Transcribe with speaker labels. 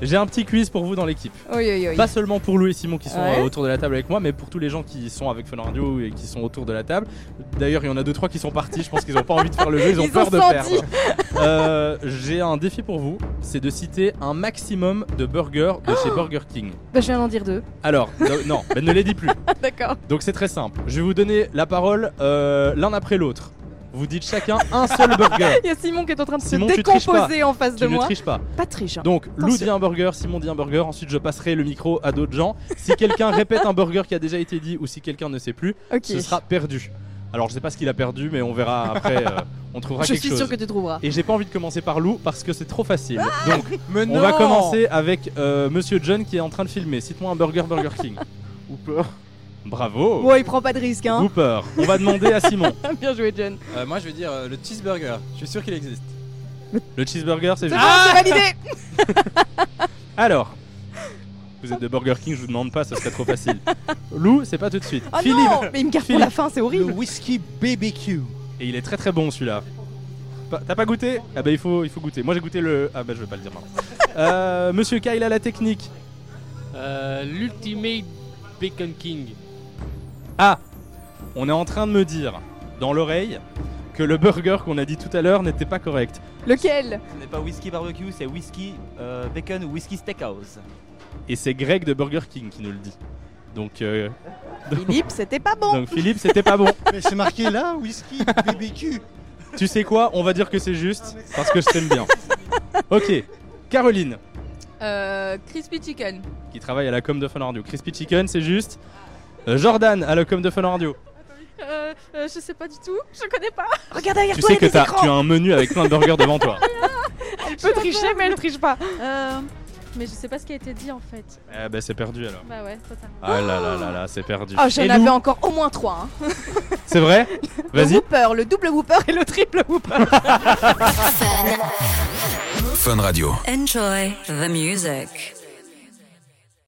Speaker 1: J'ai un petit quiz pour vous dans l'équipe.
Speaker 2: Oui, oui, oui.
Speaker 1: Pas seulement pour Lou et Simon qui sont
Speaker 2: Ouais.
Speaker 1: euh, autour de la table avec moi, mais pour tous les gens qui sont avec Fun Radio et qui sont autour de la table. D'ailleurs, il y en a deux trois qui sont partis. Je pense qu'ils ont pas envie de faire le jeu, ils ont
Speaker 2: Ils ont
Speaker 1: peur de
Speaker 2: senti.
Speaker 1: perdre. Euh, J'ai un défi pour vous, c'est de citer un maximum de burgers de chez Burger King.
Speaker 2: Bah, je viens d'en dire deux.
Speaker 1: Alors, no- non, mais ne les dis plus.
Speaker 2: Ah, D'accord.
Speaker 1: Donc c'est très simple. Je vais vous donner la parole euh, l'un après l'autre. Vous dites chacun un seul burger.
Speaker 2: Il y a Simon qui est en train de
Speaker 1: Simon,
Speaker 2: se
Speaker 1: tu triches pas.
Speaker 2: décomposer en face de
Speaker 1: Tu ne
Speaker 2: moi.
Speaker 1: triches pas.
Speaker 2: Pas triche. hein.
Speaker 1: Donc, Lou
Speaker 2: Attention.
Speaker 1: dit un burger, Simon dit un burger, ensuite je passerai le micro à d'autres gens. Si quelqu'un répète un burger qui a déjà été dit ou si quelqu'un ne sait plus,
Speaker 2: ok.
Speaker 1: ce sera perdu. Alors, je sais pas ce qu'il a perdu, mais on verra après, euh, on trouvera
Speaker 2: Je
Speaker 1: quelque
Speaker 2: suis
Speaker 1: chose.
Speaker 2: sûr que tu trouveras.
Speaker 1: Et j'ai pas envie de commencer par Lou parce que c'est trop facile.
Speaker 2: Ah
Speaker 1: Donc,
Speaker 3: Mais
Speaker 1: on va commencer avec euh, Monsieur John qui est en train de filmer. Cite-moi un burger Burger King.
Speaker 3: Hooper.
Speaker 1: Bravo
Speaker 2: Ouais, il prend pas de risque, hein.
Speaker 1: Hooper. On va demander à Simon.
Speaker 2: Bien joué, John.
Speaker 4: Euh, moi je vais dire euh, le cheeseburger, je suis sûr qu'il existe.
Speaker 1: Le cheeseburger, c'est
Speaker 2: C'est
Speaker 1: juste.
Speaker 2: bon, Ah, c'est validé.
Speaker 1: Alors, vous êtes de Burger King, je vous demande pas, ça serait trop facile. Lou, c'est pas tout de suite.
Speaker 2: Oh
Speaker 1: Philippe,
Speaker 2: non, mais il me garde pour la fin, c'est
Speaker 3: Le
Speaker 2: horrible.
Speaker 3: whisky BBQ.
Speaker 1: et il est très très bon celui-là. Pas- T'as pas goûté Ah bah il faut, il faut goûter. Moi j'ai goûté le. Ah bah je vais pas le dire maintenant. Euh, Monsieur Kyle a la technique.
Speaker 5: Euh, L'Ultimate Bacon King.
Speaker 1: Ah On est en train de me dire dans l'oreille que le burger qu'on a dit tout à l'heure n'était pas correct.
Speaker 2: Lequel
Speaker 6: Ce n'est pas whisky barbecue, c'est whisky euh, bacon ou whisky steakhouse.
Speaker 1: Et c'est Greg de Burger King qui nous le dit. Donc, euh,
Speaker 2: Philippe, c'était pas bon.
Speaker 1: donc Philippe, c'était pas bon.
Speaker 3: Mais c'est marqué là, whisky BBQ.
Speaker 1: Tu sais quoi On va dire que c'est juste parce que je t'aime bien. Ok, Caroline.
Speaker 7: Euh, crispy chicken.
Speaker 1: qui travaille à la com de Fun Radio. Crispy Chicken, c'est juste. Euh, Jordan à la com de Fun Radio.
Speaker 7: Euh, euh, je sais pas du tout, je connais pas.
Speaker 2: Regarde derrière
Speaker 1: Tu
Speaker 2: toi,
Speaker 1: sais
Speaker 2: il y
Speaker 1: que
Speaker 2: a des
Speaker 1: t'as- tu
Speaker 2: écrans.
Speaker 1: as un menu avec plein de burgers devant toi.
Speaker 2: Elle peut tricher, mais elle triche pas.
Speaker 7: Euh, mais je sais pas ce qui a été dit en fait.
Speaker 1: Eh ben c'est perdu alors.
Speaker 7: Bah ouais, totalement.
Speaker 1: Ah là là là là, c'est perdu.
Speaker 2: Oh, j'en
Speaker 1: Et
Speaker 2: avais
Speaker 1: Lou,
Speaker 2: encore au moins trois. hein.
Speaker 1: C'est vrai
Speaker 2: Le
Speaker 1: Vas-y.
Speaker 2: whooper, le double whooper et le triple whooper.
Speaker 8: Fun Radio.
Speaker 9: Enjoy the music.